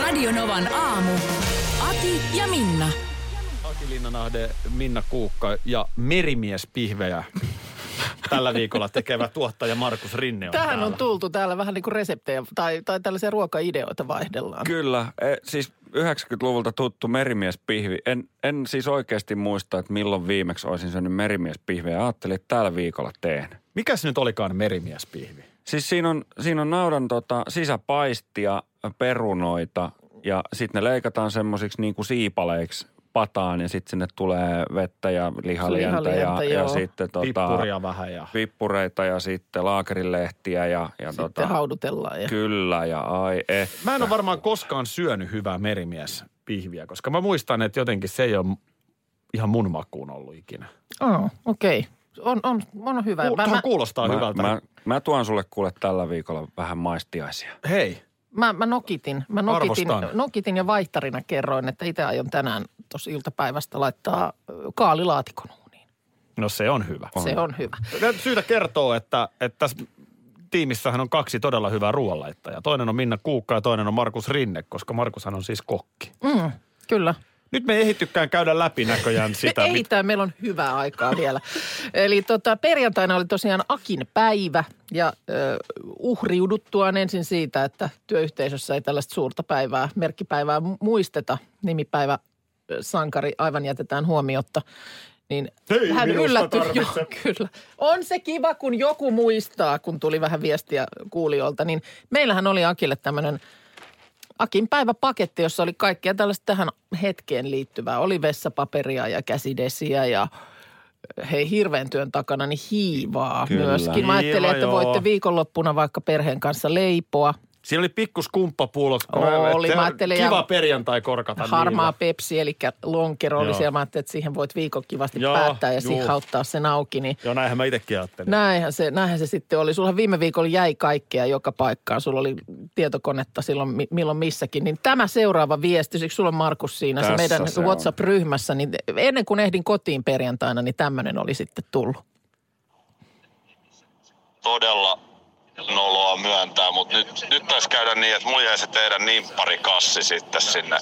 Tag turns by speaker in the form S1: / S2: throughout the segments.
S1: Radionovan aamu. Ati ja Minna.
S2: Aki Linnanahde, Minna Kuukka ja merimiespihvejä tällä viikolla tekevä tuottaja Markus Rinne on
S3: Tähän
S2: täällä.
S3: on tultu täällä vähän niin kuin reseptejä tai, tai tällaisia ruokaideoita vaihdellaan.
S4: Kyllä, e, siis 90-luvulta tuttu merimiespihvi. En, en siis oikeasti muista, että milloin viimeksi olisin syönyt merimiespihviä. Ajattelin, että tällä viikolla teen.
S2: Mikäs nyt olikaan merimiespihvi?
S4: Siis siinä on, siinä on naudan tota, sisäpaistia, perunoita ja sitten ne leikataan semmoisiksi niin kuin siipaleiksi pataan ja sitten sinne tulee vettä ja lihalientä ja,
S3: Lihalientä,
S4: ja
S3: joo.
S4: sitten tota,
S2: Pippuria vähän ja...
S4: pippureita ja sitten laakerilehtiä ja, ja
S3: Sitten
S4: tota,
S3: haudutellaan. Ja.
S4: kyllä ja ai eh.
S2: Mä en ole varmaan koskaan syönyt hyvää merimiespihviä, koska mä muistan, että jotenkin se ei ole ihan mun makuun ollut ikinä.
S3: Oh, Okei. Okay. On, on, on hyvä.
S2: Kuul-
S3: Mä,
S2: Tuohon
S3: mä,
S2: kuulostaa
S4: Mä,
S2: hyvältä.
S4: mä, mä tuon sulle kuule tällä viikolla vähän maistiaisia.
S2: Hei,
S3: mä, mä nokitin. Mä nokitin,
S2: Arvostan.
S3: nokitin ja vaihtarina kerroin, että itse aion tänään tuossa iltapäivästä laittaa ö, kaalilaatikon uuniin.
S2: no se on hyvä.
S3: Se on hyvä.
S2: Täytyy Syytä kertoa, että, että tässä tiimissähän on kaksi todella hyvää ruoanlaittajaa. Toinen on Minna Kuukka ja toinen on Markus Rinne, koska Markushan on siis kokki.
S3: Mm, kyllä.
S2: Nyt me ei ehittykään käydä läpi näköjään Niin, sitä.
S3: Ei,
S2: mit-
S3: tää meillä on hyvää aikaa vielä. Eli tota, perjantaina oli tosiaan Akin päivä ja ö, uhriuduttuaan ensin siitä, että työyhteisössä ei tällaista suurta päivää, merkkipäivää mu- muisteta, nimipäivä ö, sankari aivan jätetään huomiotta, niin
S2: Ei
S3: hän
S2: minusta
S3: yllättyi. Joo,
S2: tarvitse.
S3: kyllä. On se kiva, kun joku muistaa, kun tuli vähän viestiä kuulijoilta, niin meillähän oli Akille tämmöinen – Akin päiväpaketti, jossa oli kaikkea tällaista tähän hetkeen liittyvää. Oli vessapaperia ja käsidesiä ja eh, hei hirveän työn takana, niin hiivaa
S4: Kyllä.
S3: myöskin. Mä ajattelin,
S2: Hiiva,
S3: että
S2: joo.
S3: voitte viikonloppuna vaikka perheen kanssa leipoa.
S2: Siinä oli pikkus kumppapuulot.
S3: Oli,
S2: Se on
S3: mä ajattelin,
S2: Kiva
S3: ja-
S2: perjantai korkata
S3: Harmaa
S2: niillä.
S3: pepsi, eli lonkero oli
S2: niin, Joo.
S3: siellä. Mä ajattelin, että siihen voit viikon kivasti
S2: Joo,
S3: päättää ja
S2: juu.
S3: sihauttaa sen auki. Niin
S2: Joo, näinhän mä itsekin ajattelin.
S3: Näinhän se, näinhän se sitten oli. Sulla viime viikolla jäi kaikkea joka paikkaan. Sulla oli tietokonetta silloin mi- milloin missäkin. Niin tämä seuraava viesti, siksi sulla on Markus siinä se
S4: Tässä
S3: meidän
S4: se on.
S3: WhatsApp-ryhmässä. Niin ennen kuin ehdin kotiin perjantaina, niin tämmöinen oli sitten tullut.
S5: todella noloa myöntää, mutta nyt, nyt taisi käydä niin, että mulla jäi se teidän nimpparikassi sitten sinne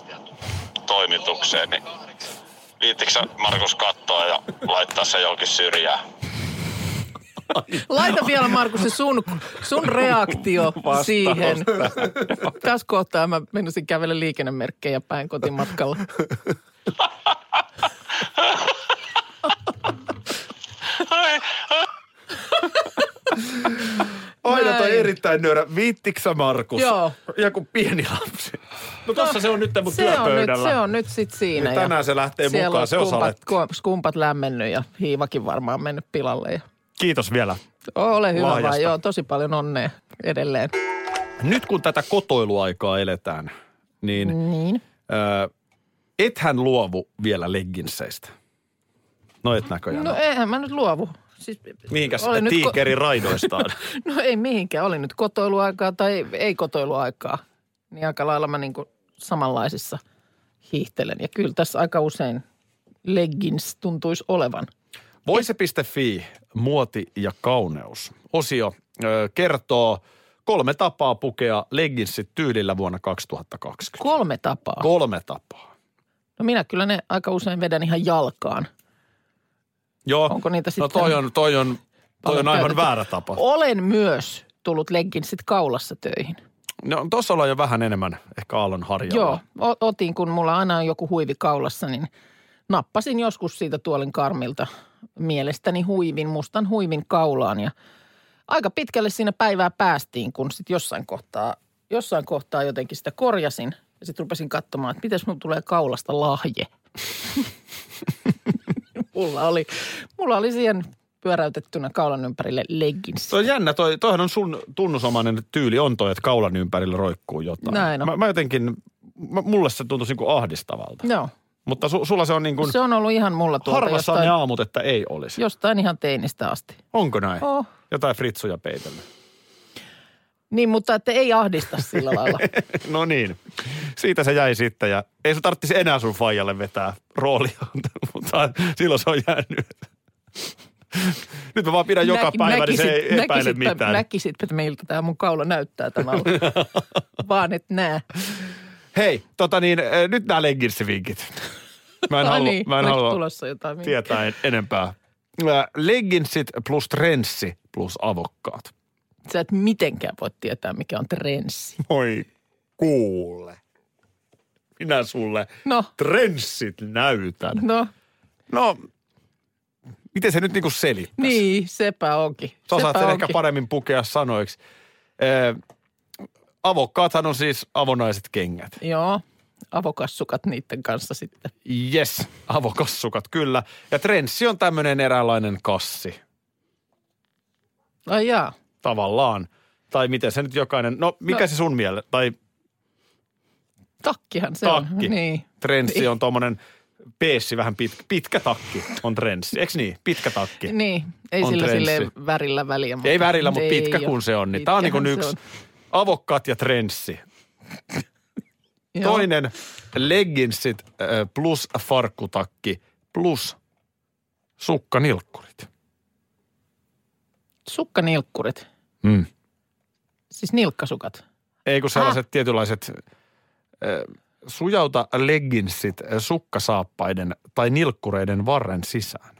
S5: toimitukseen, niin viittikö sä, Markus kattoa ja laittaa se jonkin syrjään?
S2: No.
S3: Laita vielä Markus se sun, sun reaktio
S4: Vastaus
S3: siihen. Tässä kohtaa mä menisin kävellä liikennemerkkejä päin kotimatkalla.
S2: Aina toi
S3: Näin.
S2: erittäin nöyrä. Viittiksä Markus?
S3: Joo.
S2: Joku pieni lapsi. No tossa se on nyt mun
S3: Se on nyt,
S2: työpöydällä.
S3: se on nyt sitten siinä.
S2: Niin
S3: ja
S2: tänään se lähtee
S3: siellä
S2: mukaan,
S3: on
S2: se osaa
S3: skumpat, ku- skumpat lämmennyt ja hiivakin varmaan mennyt pilalle. Ja
S2: Kiitos vielä.
S3: Ole hyvä
S2: Lahjasta.
S3: vaan, joo, tosi paljon onnea edelleen.
S2: Nyt kun tätä kotoiluaikaa eletään, niin
S3: Niin.
S2: ö, ethän luovu vielä legginseistä. No et näköjään.
S3: No eihän mä nyt luovu. Siis,
S2: Mihinkäs
S3: oli nyt ko-
S2: tiikeri raidoistaan?
S3: No ei mihinkään, oli nyt kotoiluaikaa tai ei kotoiluaikaa. Niin aika lailla mä niin kuin samanlaisissa hiihtelen. Ja kyllä tässä aika usein leggings tuntuisi olevan.
S2: Voise.fi, muoti ja kauneus. Osio ö, kertoo kolme tapaa pukea legginssit tyylillä vuonna 2020.
S3: Kolme tapaa.
S2: Kolme tapaa.
S3: No minä kyllä ne aika usein vedän ihan jalkaan.
S2: Joo.
S3: Onko niitä
S2: No
S3: sitten-
S2: toi on, toi on, toi on
S3: Paljon
S2: aivan
S3: käytetty.
S2: väärä tapa.
S3: Olen myös tullut legginsit kaulassa töihin.
S2: No tossa ollaan jo vähän enemmän ehkä aallon harjalla.
S3: Joo, o- otin kun mulla aina on joku huivi kaulassa, niin nappasin joskus siitä tuolin karmilta mielestäni huivin, mustan huivin kaulaan ja aika pitkälle siinä päivää päästiin, kun sitten jossain kohtaa, jossain kohtaa jotenkin sitä korjasin ja sitten rupesin katsomaan, että miten mun tulee kaulasta lahje. mulla, oli, mulla oli siihen pyöräytettynä kaulan ympärille leggins.
S2: Se on jännä, toi, toihan on sun tunnusomainen tyyli on toi, että kaulan ympärillä roikkuu jotain.
S3: Näin on.
S2: Mä, mä jotenkin, mä, mulle se tuntuisi niin kuin ahdistavalta.
S3: Joo,
S2: Mutta su, sulla se on niin kuin,
S3: No. se on ollut ihan mulla tuolta
S2: harvassa on ne
S3: jostain,
S2: aamut, että ei olisi.
S3: jostain ihan teinistä asti.
S2: Onko näin?
S3: Oh.
S2: Jotain fritsuja peitellä.
S3: Niin, mutta että ei ahdista sillä lailla.
S2: no niin, siitä se jäi sitten ja ei sun tarvitsisi enää sun faijalle vetää roolia, mutta silloin se on jäänyt. Nyt mä vaan pidän joka
S3: Näki-
S2: päivä, niin se ei epäile
S3: näkisitpä-
S2: mitään.
S3: Näkisitpä, että miltä tämä mun kaula näyttää tämä auto. Vaan et näe.
S2: Hei, tota niin, eh, nyt nämä legginsivinkit. Mä en
S3: Ai
S2: halua,
S3: niin,
S2: mä en
S3: oliko
S2: halua
S3: tulossa jotain vinkkejä?
S2: tietää en, enempää. Ää, Äh, Legginsit plus trenssi plus avokkaat.
S3: Sä et mitenkään voi tietää, mikä on trenssi.
S2: Oi kuule. Minä sulle
S3: No,
S2: trenssit näytän.
S3: no,
S2: No, miten se nyt niinku selittäisi?
S3: niin, sepä onkin.
S2: Sä osaat
S3: sepä
S2: sen ehkä
S3: onkin.
S2: paremmin pukea sanoiksi. Ee, avokkaathan on siis avonaiset kengät.
S3: Joo, avokassukat niiden kanssa sitten.
S2: Yes, avokassukat kyllä. Ja trenssi on tämmöinen eräänlainen kassi
S3: Ai jaa.
S2: tavallaan. Tai miten se nyt jokainen, no mikä
S3: No.
S2: se sun mielestä, tai
S3: Takkihan se
S2: Takki.
S3: on. Niin.
S2: trenssi on tuommoinen peessi, vähän pitkä, pitkä takki on trenssi, eikö niin? Pitkä takki.
S3: Niin, ei
S2: On
S3: sillä
S2: trenssi.
S3: sille värillä väliä. Mutta
S2: Ei värillä, mutta
S3: ei
S2: pitkä
S3: oo.
S2: kun se on. Niin tämä on niin
S3: Pitkähän se
S2: yksi avokkaat ja trenssi.
S3: Joo.
S2: Toinen legginsit äh, plus farkkutakki plus sukkanilkkurit.
S3: Sukkanilkkurit,
S2: Mm.
S3: siis nilkkasukat.
S2: Ei
S3: Ah.
S2: kun sellaiset tietynlaiset äh, sujauta legginsit äh, sukkasaappaiden tai nilkkureiden varren sisään.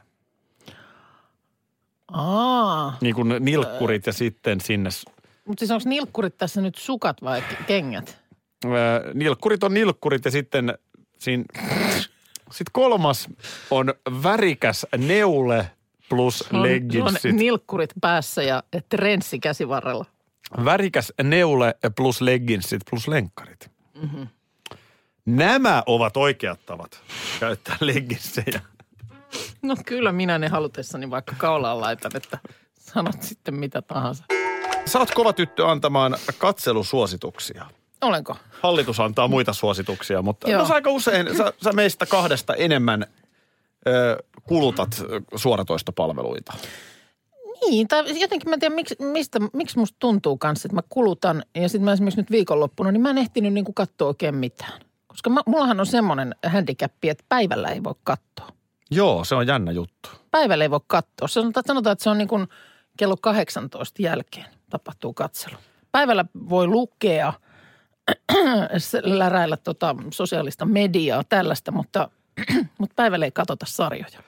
S3: Aa,
S2: Niin kuin nilkkurit ja sitten sinne. s-
S3: mutta siis onko nilkkurit tässä nyt sukat vai k- kengät?
S2: Äh, nilkkurit on nilkkurit ja sitten siinä. Sitten kolmas on värikäs neule plus
S3: Sulla on- sulla on
S2: legginsit.
S3: nilkkurit päässä ja trenssi käsivarrella.
S2: värikäs neule plus legginsit plus lenkkarit.
S3: Mhm.
S2: Mm-hmm. Nämä ovat oikeat tavat käyttää legginsejä.
S3: No kyllä minä ne halutessani vaikka kaulaan laitan, että sanot sitten mitä tahansa.
S2: Sä oot kova tyttö antamaan katselusuosituksia.
S3: Olenko?
S2: Hallitus antaa muita suosituksia, mutta
S3: Joo.
S2: no, sä aika usein sä, sä meistä kahdesta enemmän ö, kulutat ö, suoratoistopalveluita.
S3: Niin, tai jotenkin mä en tiedä, miksi, mistä, miksi musta tuntuu kanssa, että mä kulutan ja sitten mä esimerkiksi nyt viikonloppuna, niin mä en ehtinyt niin kuin katsoa oikein mitään. Koska mä, mullahan on semmoinen handicappi, että päivällä ei voi katsoa.
S2: Joo, se on jännä juttu.
S3: Päivällä ei voi katsoa. Se Sanotaan, sanotaan että se on niin kuin kello 18 jälkeen tapahtuu katselu. Päivällä voi lukea, s- läräillä tota sosiaalista mediaa, tällaista, mutta, mutta päivällä ei katsota sarjoja.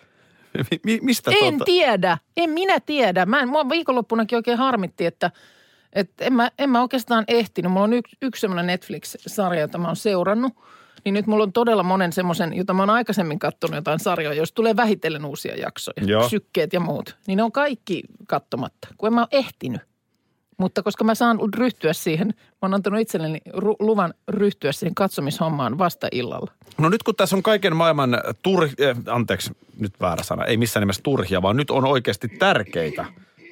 S2: Mi- mi- mistä tuota-
S3: En tiedä, en minä tiedä. Mä en, mua viikonloppunakin oikein harmitti, että, että en, mä, en mä oikeastaan ehtinyt. Mulla on yksi, yksi semmoinen Netflix-sarja, jota mä oon seurannut. Niin nyt mulla on todella monen semmoisen, jota mä oon aikaisemmin katsonut jotain sarjoja, jos tulee vähitellen uusia jaksoja,
S2: Joo.
S3: sykkeet ja muut. Niin ne on kaikki kattomatta, kun en mä ole ehtinyt. Mutta koska mä saan ryhtyä siihen, mä oon antanut itselleni ru- luvan ryhtyä siihen katsomishommaan vasta illalla.
S2: No nyt kun tässä on kaiken maailman turh... eh, anteeksi, nyt väärä sana, ei missään nimessä turhia, vaan nyt on oikeasti tärkeitä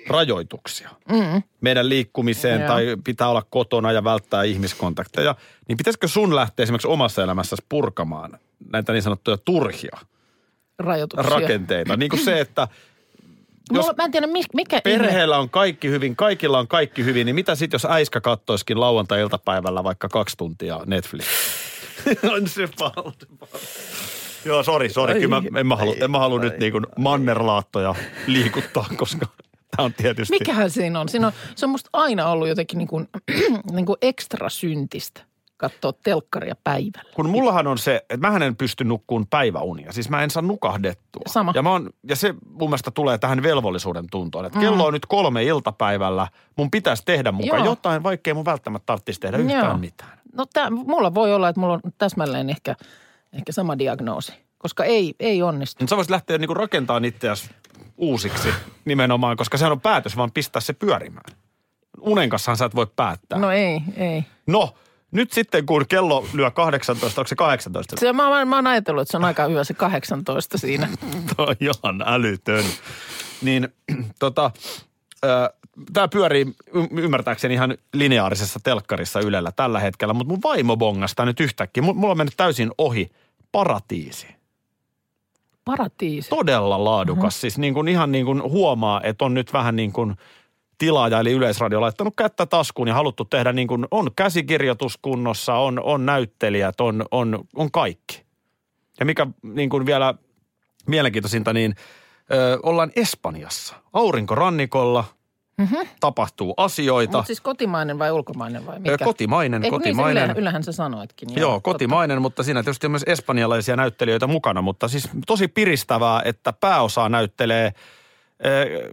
S2: rajoituksia. Mm. Meidän liikkumiseen
S3: Joo.
S2: tai pitää olla kotona ja välttää ihmiskontakteja. Niin pitäisikö sun lähteä esimerkiksi omassa elämässäsi purkamaan näitä niin sanottuja turhia
S3: Rajoituksia.
S2: rakenteita? Niin kuin se, että
S3: Mulla, mä en tiedä, mis- mikä ihme-
S2: perheellä on kaikki hyvin, kaikilla on kaikki hyvin, niin mitä sitten jos äiskä kattoiskin lauantai-iltapäivällä vaikka kaksi tuntia Netflix? on se paljon. Joo, sori, sori. Kyllä mä, en mä halua, en mä halua nyt niin kuin mannerlaattoja liikuttaa, koska tämä on tietysti...
S3: Mikähän siinä on? Siinä on, se on musta aina ollut jotenkin niin kuin, niin kuin ekstra syntistä katsoa telkkaria päivällä.
S2: Kun mullahan on se, että mähän en pysty nukkuun päiväunia. Siis mä en saa nukahdettua.
S3: Sama.
S2: Ja, mä oon, ja se mun mielestä tulee tähän velvollisuuden tuntoon. Että kello on nyt kolme iltapäivällä. Mun pitäisi tehdä mukaan
S3: Mm. Joo.
S2: jotain, vaikkei mun välttämättä tarvitsisi tehdä yhtään
S3: Joo.
S2: mitään.
S3: No tää, mulla voi olla, että mulla on täsmälleen ehkä, ehkä sama diagnoosi, koska ei, ei onnistu.
S2: Niin sä voisit lähteä niinku rakentamaan itseäsi uusiksi nimenomaan, koska sehän on päätös vaan pistää se pyörimään. Unen kanssahan sä et voi päättää. No,
S3: No ei, ei.
S2: no nyt sitten kun kello lyö 18, onko se 18?
S3: Se, mä, mä, mä oon ajatellut, että se on aika hyvä se 18 siinä.
S2: Tämä on ihan älytön. niin tota, tämä pyörii y- ymmärtääkseni ihan lineaarisessa telkkarissa Ylellä tällä hetkellä, mutta mun vaimo bongas tää nyt yhtäkkiä. M- mulla on mennyt täysin ohi paratiisi.
S3: Paratiisi.
S2: Todella laadukas.
S3: Mhm.
S2: Mm-hmm. Siis niin kuin ihan niin kuin huomaa, että on nyt vähän niin kuin tilaaja eli Yleisradio laittanut kättä taskuun ja haluttu tehdä niin kuin on käsikirjoitus kunnossa, on, on näyttelijät, on, on, on kaikki. Ja mikä niin kuin vielä mielenkiintoisinta, niin ö, ollaan Espanjassa, aurinkorannikolla, mm-hmm. tapahtuu asioita.
S3: Mutta Mhm. siis kotimainen vai ulkomainen vai mikä?
S2: Ö, Kotimainen,
S3: Eikö
S2: kotimainen.
S3: Niin, se ylä, ylähän sä sanoitkin.
S2: Joo, kotimainen, mutta siinä tietysti on myös espanjalaisia näyttelijöitä mukana, mutta siis tosi piristävää, että pääosaa näyttelee ö,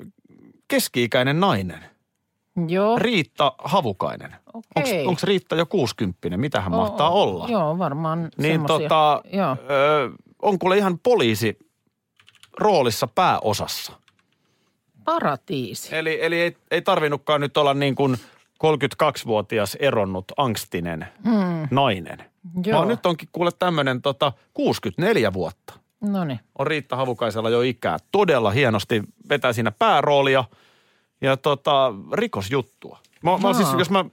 S2: keski-ikäinen nainen,
S3: Totta. Joo.
S2: Riitta Havukainen.
S3: Oh. Okei.
S2: Onko Riitta jo 60? Mitähän mahtaa
S3: Oo,
S2: olla?
S3: Joo, varmaan
S2: Niin
S3: semmosia.
S2: tota,
S3: Joo.
S2: ö, on kuule ihan poliisi roolissa pääosassa.
S3: Paratiisi.
S2: Eli, eli ei, ei tarvinnutkaan nyt olla niin kuin 32-vuotias eronnut angstinen hmm. nainen.
S3: Joo.
S2: Vaan nyt onkin kuule tämmöinen tota 64 vuotta
S3: No niin.
S2: on Riitta Havukaisella jo ikää. Todella hienosti vetää siinä pääroolia ja tota, rikosjuttua. Mä, mä
S3: Aa.
S2: siis, jos mä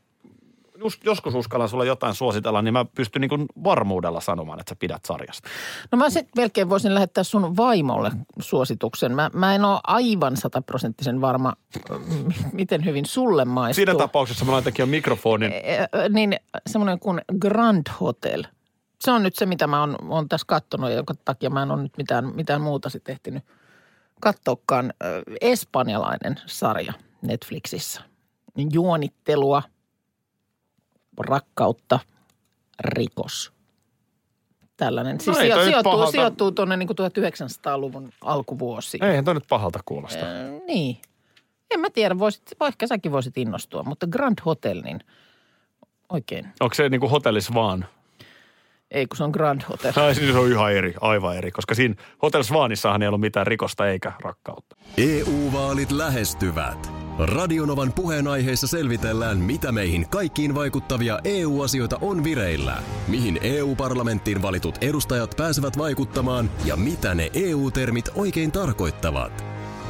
S2: just, joskus uskallan sulle jotain suositella, niin mä pystyn niin kuin varmuudella sanomaan, että sä pidät sarjasta.
S3: No mä sitten melkein voisin lähettää sun vaimolle suosituksen. Mä, mä en ole aivan sataprosenttisen varma, m- miten hyvin sulle maistuu.
S2: Siinä tapauksessa mä laitankin jo mikrofonin.
S3: Ö, ö, Niin semmoinen kuin Grand Hotel. Se on nyt se, mitä mä oon, oon tässä kattonut ja jonka takia mä en ole nyt mitään, mitään muuta sitten ehtinyt katsoakaan. Ö, Espanjalainen sarja Netflixissä. Juonittelua, rakkautta, rikos. Tällainen. Siis
S2: No ei toi
S3: sijo-
S2: nyt
S3: sijoittuu,
S2: pahalta.
S3: sijoittuu tuonne niin 1900-luvun alkuvuosiin.
S2: Eihän toi nyt pahalta kuulosta.
S3: Ö, Niin. En mä tiedä, voisit, voi- ehkä säkin voisit innostua, mutta Grand Hotel, niin oikein.
S2: Onko se niin kuin hotellis vaan?
S3: Ei, kun se on Grand Hotel.
S2: Tai siis se on ihan eri, aivan eri, koska siinä Hotel Svanissahan ei ollut mitään rikosta eikä rakkautta.
S6: EU-vaalit E lähestyvät. Radionovan puheenaiheessa selvitellään, mitä meihin kaikkiin vaikuttavia EU-asioita on vireillä, mihin EU-parlamenttiin valitut edustajat pääsevät vaikuttamaan ja mitä ne EU-termit oikein tarkoittavat.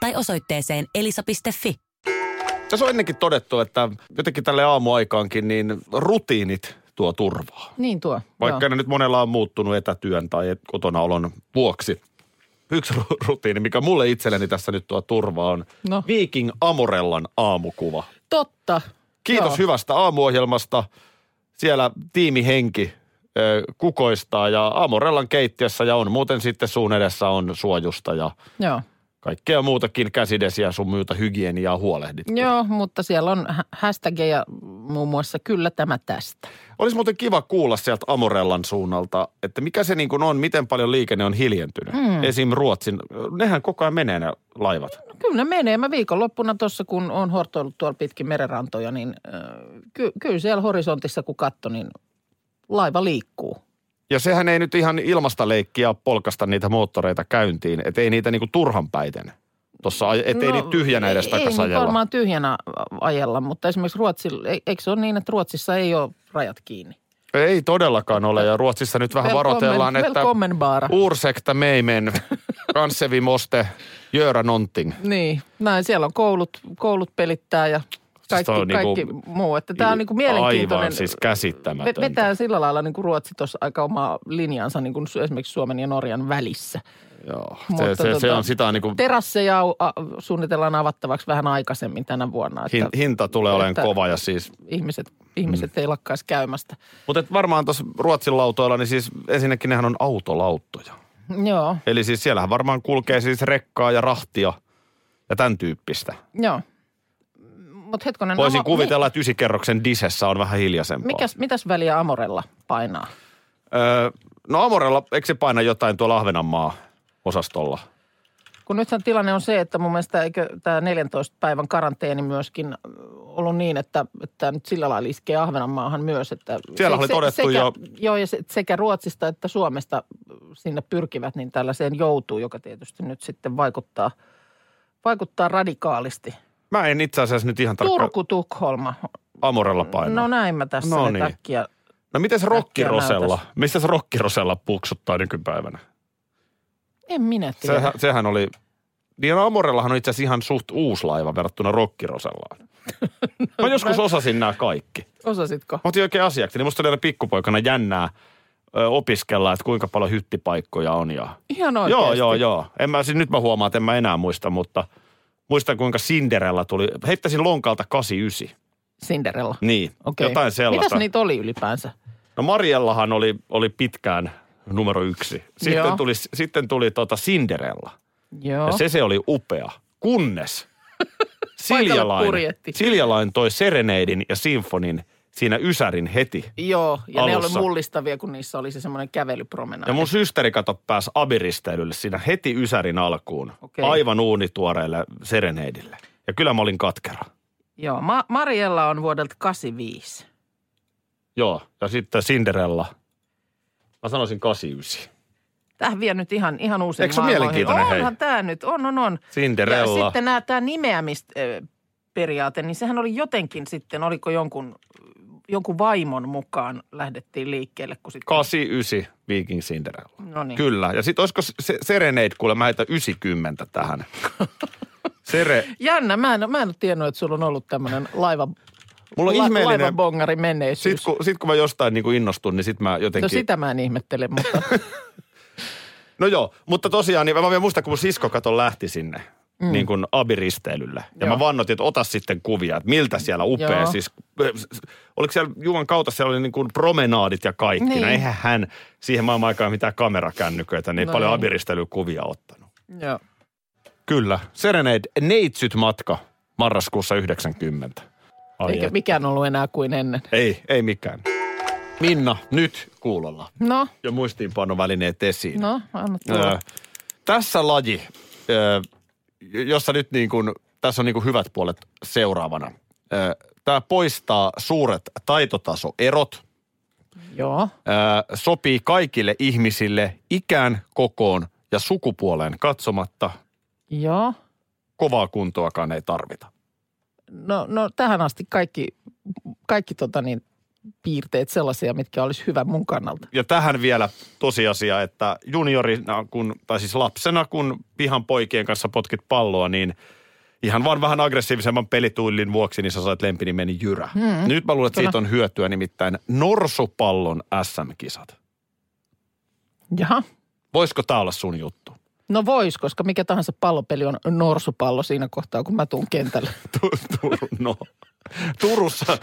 S1: tai osoitteeseen elisa.fi.
S2: Tässä on ennenkin todettu, että jotenkin tälle aamuaikaankin niin rutiinit tuo turvaa.
S3: Niin tuo.
S2: Vaikka
S3: joo.
S2: ne nyt monella on muuttunut etätyön tai et- kotonaolon vuoksi. Yksi ru- rutiini, mikä mulle itselleni tässä nyt tuo turvaa on
S3: No.
S2: Viking Amorellan aamukuva.
S3: Totta.
S2: Kiitos
S3: Joo.
S2: hyvästä aamuohjelmasta. Siellä tiimihenki ö, kukoistaa ja Amorellan keittiössä ja on muuten sitten suun edessä on suojusta ja
S3: Joo.
S2: kaikkea muutakin käsidesiä sun muuta hygieniaa huolehdit.
S3: Joo, mutta siellä on hä- hashtageja muun muassa kyllä tämä tästä.
S2: Olisi muuten kiva kuulla sieltä Amorellan suunnalta, että mikä se niin kuin on, miten paljon liikenne on hiljentynyt.
S3: Hmm.
S2: Mm. Esim. Ruotsin, nehän koko ajan menee ne laivat.
S3: No, Kyllä ne menee. Mä viikonloppuna tuossa, kun on hortoillut tuolla pitkin merenrantoja, niin äh, ky- kyllä siellä horisontissa kun katto, niin laiva liikkuu.
S2: Ja sehän ei nyt ihan ilmasta leikkiä polkasta niitä moottoreita käyntiin, että ei niitä niin kuin turhan päiten. Tuossa, ettei no, niitä tyhjänä edes
S3: ei, ei
S2: takas
S3: niin
S2: ajella.
S3: varmaan tyhjänä ajella, mutta esimerkiksi Ruotsilla, e- eikö se ole niin, että Ruotsissa ei ole rajat kiinni?
S2: Ei todellakaan ole ja Ruotsissa nyt vähän
S3: Välkommen-
S2: varoitellaan, että
S3: välkommen bara.
S2: ursekta meimen, kansevi moste, jöra nonting.
S3: Niin, näin siellä on koulut, koulut pelittää ja kaikki,
S2: toi on
S3: siis
S2: niinku-
S3: kaikki niinku, muu. Että tämä on niinku mielenkiintoinen.
S2: Aivan siis käsittämätöntä.
S3: Ve- Vetää sillä lailla niin kuin Ruotsi tuossa aika omaa linjansa niin kuin esimerkiksi Suomen ja Norjan välissä.
S2: Joo, se,
S3: Mutta
S2: se, se
S3: tota,
S2: on sitä niin kuin
S3: Terasseja au- a, suunnitellaan avattavaksi vähän aikaisemmin tänä vuonna, että
S2: hin, hinta tulee olemaan
S3: että-
S2: kova ja siis
S3: ihmiset, ihmiset mm. ei lakkaisi käymästä.
S2: Mutta varmaan tuossa Ruotsin lautoilla, niin siis ensinnäkin nehän on autolauttoja.
S3: Joo,
S2: Eli siis siellähän varmaan kulkee siis rekkaa ja rahtia ja tämän tyyppistä.
S3: joo. Mut hetkonen,
S2: Voisin
S3: amo-
S2: kuvitella, että ysikerroksen disessä on vähän hiljaisempaa.
S3: Mi- No, mikäs, mitäs väliä Amorella painaa?
S2: Öö, no Amorella, eikö se paina jotain tuolla Ahvenanmaa osastolla?
S3: Kun nythän tilanne on se, että mun mielestä eikö tämä 14 päivän karanteeni myöskin ollut niin, että tämä nyt sillä lailla iskee Ahvenanmaahan myös. Että
S2: Siellä oli todettu
S3: sekä,
S2: jo-
S3: Joo, ja se, sekä Ruotsista että Suomesta sinne pyrkivät, niin tällaiseen joutuu, joka tietysti nyt sitten vaikuttaa, vaikuttaa radikaalisti.
S2: Mä en itse asiassa nyt ihan tarkkaan
S3: Turku, Tukholma.
S2: Amorella painaa.
S3: No näin mä tässä
S2: No
S3: no
S2: niin.
S3: niin. äkkiä.
S2: No mites Rokkirosella?
S3: näytäs.
S2: Mistä se Rokkirosella puksuttaa nykypäivänä?
S3: En minä tiedä.
S2: Sehän, sehän oli... Niin no Amorellahan on itse asiassa ihan suht uusi laiva verrattuna Rokkirosellaan. Mä joskus osasin nämä kaikki.
S3: Osasitko?
S2: Mä otin oikein asiaksi, niin musta oli aina pikkupoikana jännää ö, opiskella, että kuinka paljon hyttipaikkoja on. Ja...
S3: Ihan oikeasti.
S2: Joo, joo, joo. En mä, siis nyt mä huomaan, että en mä enää muista, mutta muistan kuinka Cinderella tuli. Heittäisin lonkalta 89.
S3: Cinderella.
S2: Niin,
S3: Okei.
S2: jotain sellaista.
S3: Mitäs niitä oli ylipäänsä?
S2: No Mariellahan oli, oli pitkään numero yksi. Sitten
S3: Joo.
S2: tuli, sitten tuli tota Cinderella.
S3: Joo.
S2: Ja se, se oli upea. Kunnes Siljalain,
S3: purjehti.
S2: Siljalain toi Sereneidin ja Sinfonin siinä Ysärin heti.
S3: Joo, ja ne
S2: alussa.
S3: oli mullistavia, kun niissä oli se semmoinen kävelypromenaadi.
S2: Ja mun systeri kato pääsi abiristeilylle siinä heti Ysärin alkuun.
S3: Okei.
S2: Aivan uunituoreille Sereneidille. Ja kyllä mä olin katkera.
S3: Joo, Ma- Mariella on vuodelta 85.
S2: Joo. Ja sitten Cinderella. Mä sanoisin 89.
S3: Tämähän vie nyt ihan, ihan uusiin
S2: Eikö se ole
S3: maailmoihin.
S2: mielenkiintoinen, hei?
S3: Onhan tämä nyt, on, on, on. Ja
S2: Cinderella.
S3: sitten nämä, tämä nimeämisperiaate, niin sehän oli jotenkin sitten, oliko jonkun, jonkun vaimon mukaan lähdettiin liikkeelle, kun sitten...
S2: 89 Viking Cinderella.
S3: No niin.
S2: Kyllä. Ja sitten olisiko se, Serenade, kuule, mä heitän 90 tähän. Sere,
S3: Jännä, mä en, mä en ole tiennyt, että sulla on ollut tämmöinen laiva,
S2: mulla on
S3: la-
S2: ihmeellinen...
S3: laivabongari menneisyys.
S2: Sitten kun, sit kun mä jostain niin kuin innostun, niin sitten mä jotenkin...
S3: no sitä mä en ihmettele, mutta
S2: No joo, mutta tosiaan, niin mä vielä muistan, kun mun sisko kato lähti sinne. Mm. niin kuin abiristeilylle. Ja
S3: Joo.
S2: mä vannotin, että ota sitten kuvia, että miltä siellä upea.
S3: Joo.
S2: Siis, ö, s- s- oliko siellä Juman kautta, siellä oli niin kuin promenaadit ja kaikki. Niin.
S3: Niin.
S2: No eihän hän siihen maailman aikaan mitään kamerakännyköitä, niin ei
S3: No
S2: paljon
S3: ei.
S2: abiristeilykuvia ottanut.
S3: joo.
S2: Kyllä. Serenade Neitsyt matka marraskuussa 90. Ai
S3: Eikä
S2: et.
S3: mikään ollut enää kuin ennen.
S2: ei, ei mikään. Minna, nyt kuulolla.
S3: No,
S2: Ja muistiinpanovälineet esiin.
S3: no, anna tulla.
S2: Öö, tässä laji, öö, jossa nyt niin kuin, tässä on niin kuin hyvät puolet seuraavana. Öö, Tämä poistaa suuret taitotasoerot,
S3: Joo.
S2: öö, sopii kaikille ihmisille ikään, kokoon ja sukupuoleen katsomatta.
S3: Joo.
S2: Kovaa kuntoakaan ei tarvita.
S3: No, no tähän asti kaikki, kaikki tota niin, piirteet sellaisia, mitkä olisi hyvä mun kannalta.
S2: ja tähän vielä tosiasia, että juniorina, kun, tai siis lapsena, kun pihan poikien kanssa potkit palloa, niin ihan vaan vähän aggressiivisemman pelituillin vuoksi, niin sä sait lempinimeni Jyrä. Hmm. Nyt mä luulen, että siitä on hyötyä nimittäin Norsupallon SM-kisat.
S3: Jaha.
S2: Voisiko tämä olla sun juttu?
S3: No vois, koska mikä tahansa pallopeli on norsupallo siinä kohtaa, kun mä tuun kentälle.
S2: Tu- tu- no. Turussa,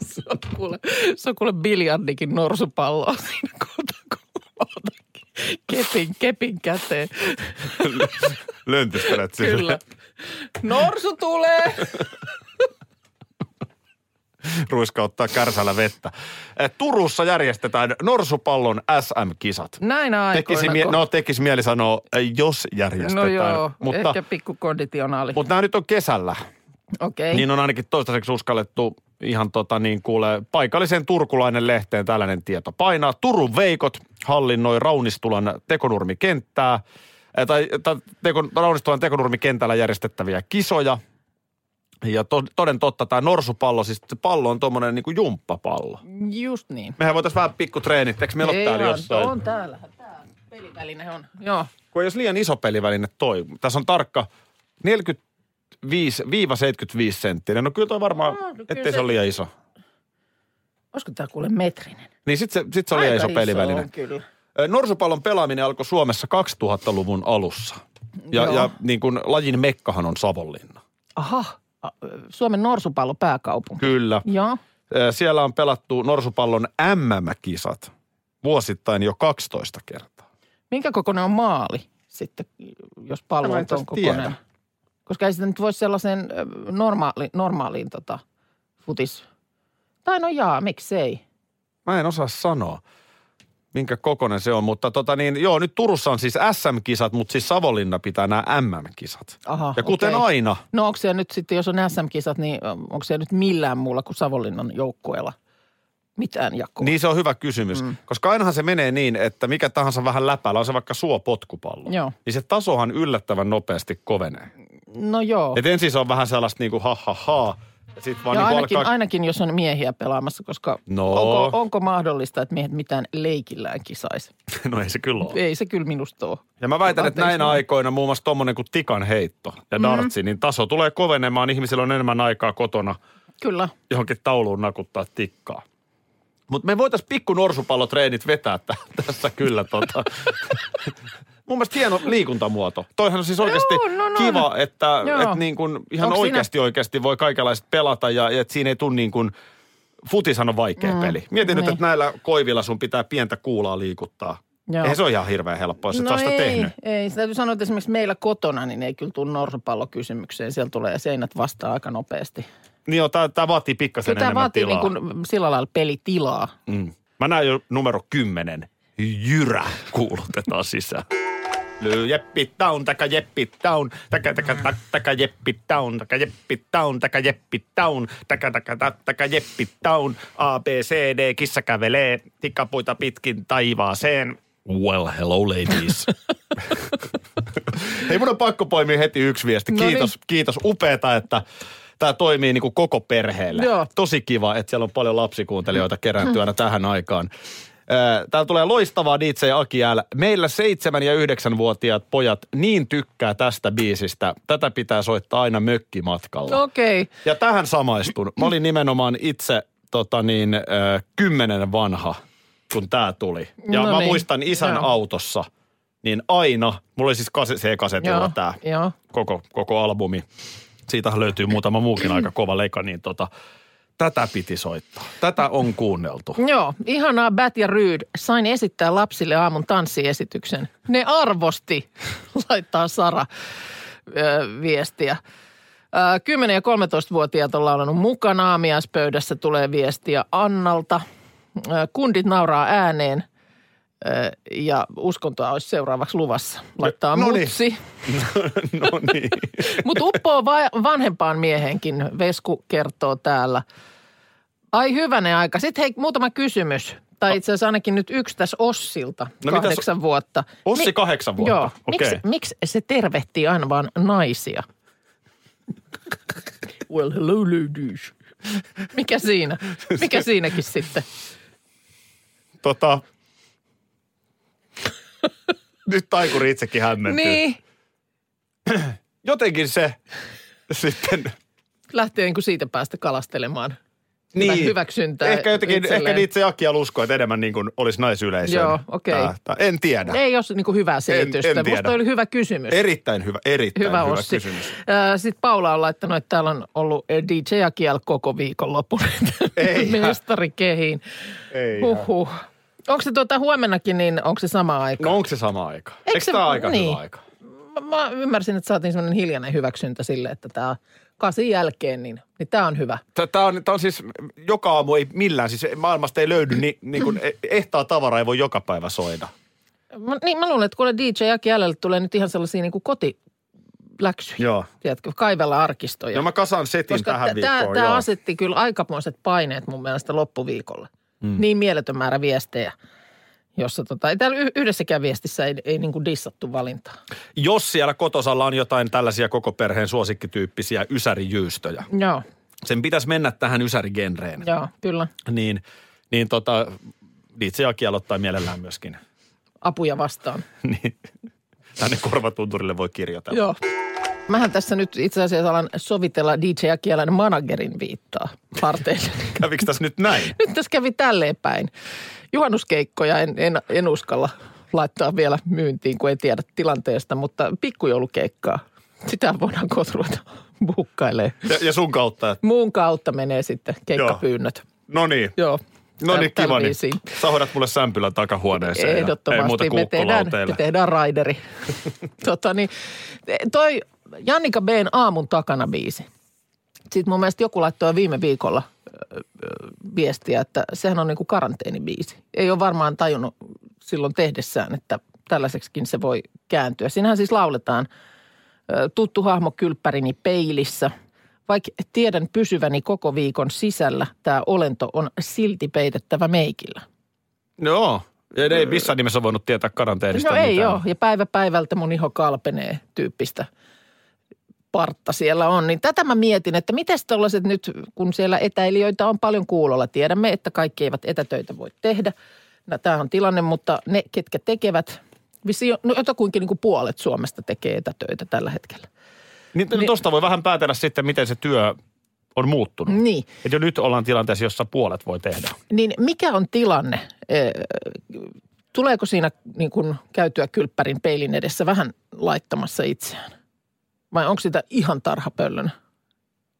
S3: se, on kuule, se on kuule biljardikin norsupalloa siinä kohtaa, kun mä otan kepin, kepin käteen.
S2: löntystelet sille.
S3: Kyllä. Norsu tulee!
S2: Ruiska ottaa kärsällä vettä. Eh, Turussa järjestetään Norsupallon SM-kisat.
S3: Näinä aikoina.
S2: Tekisi mie-
S3: kun-
S2: no tekisi mieli sanoa, eh, jos
S3: no
S2: järjestetään.
S3: joo,
S2: mutta,
S3: ehkä pikku konditionaali.
S2: Mutta nämä nyt on kesällä.
S3: Okei.
S2: Ei. Niin on ainakin toistaiseksi uskallettu ihan tota niin kuule paikalliseen turkulainen lehteen tällainen tieto painaa. Turun Veikot hallinnoi Raunistulan tekonurmikenttää eh, tai, tai teko, Raunistulan tekonurmikentällä järjestettäviä kisoja. Ja to, toden totta tämä norsupallo, siis se pallo on tuommoinen niin kuin jumppapallo.
S3: Just niin.
S2: Mehän voitaisiin vähän pikkutreenit, eikö meillä ole
S3: Ei
S2: täällä
S3: vaan,
S2: jossain?
S3: On täällä. Tää peliväline on. Joo.
S2: Kun ei olisi liian iso peliväline toi. Tässä on tarkka 45-75 senttinen. No kyllä toi varmaan,
S3: No, no kyllä
S2: ettei se
S3: se-
S2: ole liian iso.
S3: Olisiko tää kuule metrinen?
S2: Niin sit se, sit se oli iso peliväline.
S3: on kyllä.
S2: Ö, Norsupallon pelaaminen alkoi Suomessa 2000-luvun alussa. Ja,
S3: Joo.
S2: ja niin kuin lajin mekkahan on Savonlinna.
S3: Aha. A- Suomen norsupallo pääkaupunki.
S2: Kyllä.
S3: Joo.
S2: Ö, Siellä on pelattu Norsupallon MM-kisat vuosittain jo 12 kertaa.
S3: Minkä kokoinen on maali sitten, jos pallo
S2: Tämä
S3: on
S2: en
S3: ton
S2: taas tiedä.
S3: kokoinen? Koska ei sitä nyt voi sellaiseen ö, normaali, normaaliin tota, futis. Tai no jaa, miksei.
S2: Mä en osaa sanoa, minkä kokonen se on, mutta tota niin, joo, nyt Turussa on siis SM-kisat, mutta siis Savonlinna pitää nämä MM-kisat.
S3: Aha,
S2: Ja kuten
S3: Ah, okei.
S2: aina,
S3: No onko se nyt sitten, jos on SM-kisat, niin ö, onko se nyt millään muulla kuin Savonlinnan joukkueella mitään jakoa?
S2: niin se on hyvä kysymys, mm. koska ainahan se menee niin, että mikä tahansa vähän läpällä, on se vaikka suo potkupallo,
S3: Joo.
S2: niin se tasohan yllättävän nopeasti kovenee.
S3: No joo.
S2: Et ensin se on vähän sellaista niinku ha ha ha, ja sit vaan
S3: Ja
S2: niinku
S3: ainakin,
S2: alkaa...
S3: ainakin, jos on miehiä pelaamassa, koska
S2: No.
S3: onko, onko mahdollista, että miehet mitään leikillään kisaisi?
S2: No ei se kyllä ole.
S3: Ei se kyllä minusta ole.
S2: Ja mä väitän, että
S3: Anteeksi Mm.
S2: näinä aikoina muun muassa tommonen kuin tikan heitto ja dartsi, niin taso tulee kovenemaan. Ihmisillä on enemmän aikaa kotona
S3: Kyllä.
S2: johonkin tauluun nakuttaa tikkaa. Mutta me voitaisiin pikku norsupallotreenit vetää t- tässä kyllä tota. Mun mielestä hieno liikuntamuoto. Toihan on siis oikeasti
S3: Joo, no, no.
S2: kiva, että
S3: Joo.
S2: et niin kun ihan
S3: Onks siinä-
S2: oikeasti oikeasti voi kaikenlaiset pelata ja et siinä ei tule niin kuin Futishan on vaikea mm, peli. Mietin niin. nyt,
S3: niin.
S2: että näillä koivilla sun pitää pientä kuulaa liikuttaa.
S3: Joo. No
S2: Eihän se ole ihan hirveän helppoa, jos et ole sitä
S3: ei,
S2: tehnyt.
S3: ei. Sitä täytyy sanoa, että esimerkiksi meillä kotona, niin ei kyllä tule norsupallokysymykseen. Siellä tulee seinät vastaan aika nopeasti.
S2: Niin joo, tämä vaatii pikkasen
S3: Kyllä tämä
S2: enemmän
S3: vaatii
S2: tilaa.
S3: niin kuin, sillä lailla pelitilaa.
S2: Mm. Mä näen jo numero kymmenen. Jyrä kuulutetaan sisään. Lyö jeppi down, taka jeppi down, taka taka tak, taka jeppi down, taka jeppi down, taka jeppi down, taka taka tak, taka jeppi down. A, B, C, D, kissa kävelee, tikapuita pitkin taivaaseen. Well, hello ladies. Ei mun on pakko poimia heti yksi viesti.
S3: No niin.
S2: Kiitos, kiitos. Upeeta, että tämä toimii niin kuin koko perheelle.
S3: Joo.
S2: Tosi kiva, että siellä on paljon lapsikuuntelijoita kerääntyänä tähän aikaan. Ö, Täällä tulee loistavaa DJ Aki L. Meillä seitsemän- ja yhdeksänvuotiaat pojat niin tykkää tästä biisistä. Tätä pitää soittaa aina mökkimatkalla.
S3: No Okei. Okay.
S2: Ja tähän samaistun. Mä olin nimenomaan itse tota niin, ö, kymmenen vanha, kun tämä tuli. Ja
S3: No
S2: mä
S3: niin.
S2: muistan isän
S3: Joo.
S2: autossa, niin aina, mulla oli siis kase, C-kasetilla
S3: Joo,
S2: tämä
S3: joo.
S2: koko, koko albumi. Siitähän löytyy muutama muukin aika kova leika, niin tota, tätä piti soittaa. Tätä on kuunneltu.
S3: Joo, ihanaa Bat ja Ryyd. Sain esittää lapsille aamun tanssiesityksen. Ne arvosti, laittaa Sara ö, viestiä. Ö, 10- ja 13-vuotiaat on laulanut mukana. Aamiaispöydässä tulee viestiä Annalta. Ö, kundit nauraa ääneen ö, ja uskontoa olisi seuraavaksi luvassa. Laittaa
S2: No
S3: no,
S2: niin.
S3: mutsi.
S2: No niin.
S3: Mutta uppoo va- vanhempaan miehenkin, Vesku kertoo täällä. Ai hyvänen aika. Sitten hei, muutama kysymys. Tai itse asiassa ainakin nyt yksi tässä Ossilta,
S2: No
S3: no,
S2: mitäs-
S3: kahdeksan vuotta.
S2: Ossi
S3: Mi-
S2: kahdeksan vuotta.
S3: Joo.
S2: Okei.
S3: Miksi, miksi se tervehtii aina vaan naisia? Well, hello ladies. Mikä siinä? Mikä siinäkin sitten?
S2: Tota, nyt taikuri itsekin hämmentyy.
S3: Niin,
S2: Jotenkin se sitten
S3: lähteekö niinku siitä päästä kalastelemaan? Hyvä- hyväksyntää
S2: Niin. Ehkä jotenkin,
S3: itselleen.
S2: ehkä itse Aki uskoo, että enemmän niin kuin olisi naisyleisö.
S3: Joo, okei.
S2: En tiedä.
S3: Ei ole niin hyvää selitystä.
S2: Äh. en tiedä.
S3: Musta oli hyvä kysymys.
S2: Erittäin hyvä, erittäin hyvä,
S3: Hyvä,
S2: hyvä
S3: Ossi.
S2: kysymys.
S3: Ö, Sitten Paula on laittanut, että täällä on ollut ö, DJ Akiel koko viikonlopun
S2: Eihän.
S3: mestarikehiin.
S2: Ei
S3: Huhhuh. Onko se tuota huomennakin, niin onko se sama aika?
S2: No onko se sama aika? Eikö,
S3: se-
S2: tämä aika
S3: niin.
S2: hyvä aika?
S3: Mä, mä ymmärsin, että saatiin semmoinen hiljainen hyväksyntä sille, että tämä kasin jälkeen, niin, niin tämä on hyvä.
S2: Tämä on, tää on siis, joka aamu ei millään, siis maailmasta ei löydy, niin, niin kuin ehtaa tavaraa ei voi joka päivä soida.
S3: Mä, niin, mä luulen, että kuule DJ Akielelle tulee nyt ihan sellaisia niin kuin kotiläksyjä.
S2: Joo.
S3: Tiedätkö, kaivella arkistoja.
S2: No mä kasaan setin
S3: Koska
S2: tähän viikkoon. joo.
S3: tämä asetti kyllä aikamoiset paineet mun mielestä loppuviikolle. Mm. Niin mieletön määrä viestejä, jossa tota, ei täällä y- yhdessäkään viestissä ei, ei niinku dissattu valintaa.
S2: Jos siellä kotosalla on jotain tällaisia koko perheen suosikkityyppisiä ysärijyystöjä,
S3: Joo,
S2: sen pitäisi mennä tähän ysärigenreen.
S3: joo, kyllä.
S2: niin, niin tota, DJ Aki aloittaa mielellään myöskin.
S3: Apuja vastaan.
S2: Niin, tänne korvatunturille voi kirjoitella.
S3: Joo. Mähän tässä nyt itse asiassa alan sovitella DJ Akielän managerin viittaa parteille.
S2: Kävikö tässä nyt näin?
S3: nyt tässä kävi tälleen päin. Juhannuskeikkoja en, en, en uskalla laittaa vielä myyntiin, kun ei tiedä tilanteesta, mutta pikkujoulukeikkaa. Sitä voidaan kohta ruveta bukkailemaan.
S2: Ja, ja sun kautta, että
S3: Muun kautta menee sitten keikkapyynnöt.
S2: no niin,
S3: Joo. Joo.
S2: No niin,
S3: tällä
S2: kiva. Niin.
S3: viisiin.
S2: Sä hoidat mulle sämpylän takahuoneeseen. ja
S3: Ehdottomasti.
S2: Ei muuta
S3: me, tehdään,
S2: kukkolauteille.
S3: me tehdään raideri. tota, niin, toi Jannika B:n aamun takana biisi. Sitten mun mielestä joku laittoi viime viikolla ö, ö, viestiä, että sehän on niinku karanteenibiisi. Ei ole varmaan tajunnut silloin tehdessään, että tällaiseksikin se voi kääntyä. Siinähän siis lauletaan ö, tuttu hahmo kylppärini peilissä. Vaikka tiedän pysyväni koko viikon sisällä, tämä olento on silti peitettävä meikillä.
S2: Joo. Ja ne ei missään nimessä voinut tietää karanteenista
S3: No ei
S2: mitään.
S3: ole. Ja päivä päivältä mun iho kalpenee tyyppistä partta siellä on. Niin tätä mä mietin, että miten tällaiset nyt, kun siellä etäilijöitä on paljon kuulolla. Tiedämme, että kaikki eivät etätöitä voi tehdä. No, tämä on tilanne, mutta ne, ketkä tekevät, vissi, no jotakuinkin niin kuin puolet Suomesta tekee etätöitä tällä hetkellä.
S2: Niin, niin. Tuosta voi vähän päätellä sitten, miten se työ on muuttunut.
S3: Niin.
S2: Et jo nyt ollaan tilanteessa, jossa puolet voi tehdä.
S3: Niin mikä on tilanne? Ö, Tuleeko siinä niin kuin käytyä kylppärin peilin edessä vähän laittamassa itseään? Vai onko sitä ihan tarhapöllönä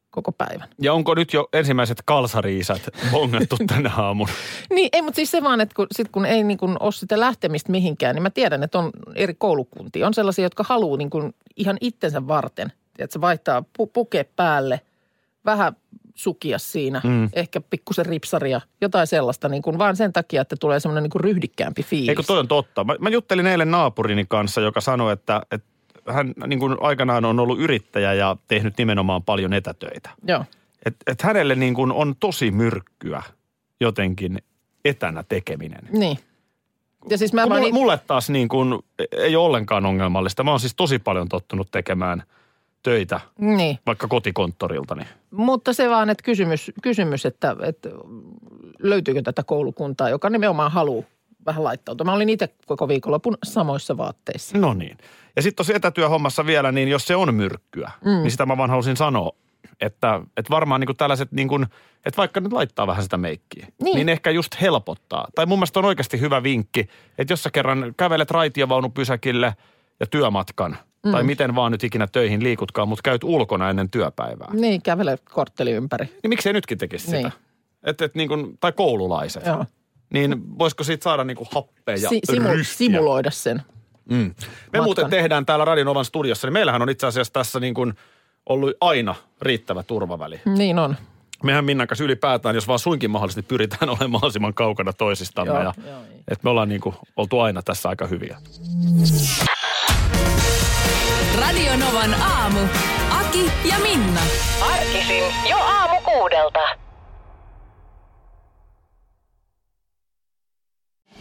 S3: koko päivän?
S2: Ja onko nyt jo ensimmäiset kalsariisat bongattu tänä aamuna?
S3: Niin, ei, mutta siis se vaan, että kun, sit kun ei niin kuin ole sitä lähtemistä mihinkään, niin mä tiedän, että on eri koulukuntia. On sellaisia, jotka haluaa niin kuin ihan itsensä varten. Tiedätkö, vaihtaa pu- puke päälle, vähän sukia siinä, mm. ehkä pikkusen ripsaria, jotain sellaista, niin kuin vaan sen takia, että tulee semmoinen niin kuin ryhdikkäämpi fiilis.
S2: Eikö toi on totta? Mä, mä juttelin eilen naapurini kanssa, joka sanoi, että, että hän niin kuin aikanaan on ollut yrittäjä ja tehnyt nimenomaan paljon etätöitä.
S3: Joo.
S2: Et, et hänelle niin kuin on tosi myrkkyä jotenkin etänä tekeminen.
S3: Niin. Ja siis mä
S2: Kun
S3: vaan
S2: mulle,
S3: niin,
S2: mulle taas niin kuin ei ole ollenkaan ongelmallista. Mä oon siis tosi paljon tottunut tekemään töitä
S3: niin,
S2: vaikka kotikonttoriltani.
S3: mutta se vaan, että kysymys, kysymys että, että löytyykö tätä koulukuntaa, joka nimenomaan haluaa vähän laittautua. Mä olin itse koko viikonlopun samoissa vaatteissa.
S2: No niin. Ja sitten tuossa etätyöhommassa vielä, niin jos se on myrkkyä, mm. niin sitä mä vaan halusin sanoa, että, että varmaan niin kuin tällaiset, niin kuin, että vaikka nyt laittaa vähän sitä meikkiä,
S3: Niin.
S2: niin. niin ehkä just helpottaa. Tai mun mielestä on oikeasti hyvä vinkki, että jos sä kerran kävelet raitiovaunupysäkille ja työmatkan, mm. tai miten vaan nyt ikinä töihin liikutkaan, mutta käyt ulkona ennen työpäivää. Niin,
S3: Niin, kävele kortteli ympäri.
S2: niin miksei nytkin tekisi
S3: Niin.
S2: sitä? Et, et niin kuin, tai koululaiset.
S3: Joo.
S2: Niin voisiko siitä saada niin kuin happea ja
S3: Si- simu-
S2: ryhtiä?
S3: simuloida sen.
S2: Me
S3: matkan.
S2: muuten tehdään täällä Radionovan studiossa, niin meillähän on itse asiassa tässä niin kuin ollut aina riittävä turvaväli.
S3: Niin on.
S2: Mehän Minnan kanssa ylipäätään, jos vaan suinkin mahdollisesti, pyritään olemaan mahdollisimman kaukana toisistamme.
S3: Joo,
S2: ja,
S3: joo,
S2: et me ollaan niin kuin oltu aina tässä aika hyviä.
S1: Radio Novan aamu. Aki ja Minna.
S7: Arkisin jo aamu kuudelta.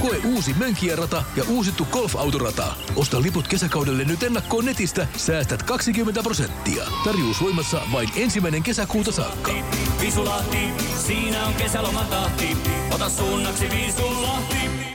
S8: Koe uusi Mönkijärata ja uusittu golfautorata. Osta liput kesäkaudelle nyt ennakkoon netistä, säästät 20 prosenttia. Tarjous voimassa vain ensimmäinen kesäkuuta saakka.
S9: Viisulahti, siinä on kesälomatahti. Ota suunnaksi Viisulahti.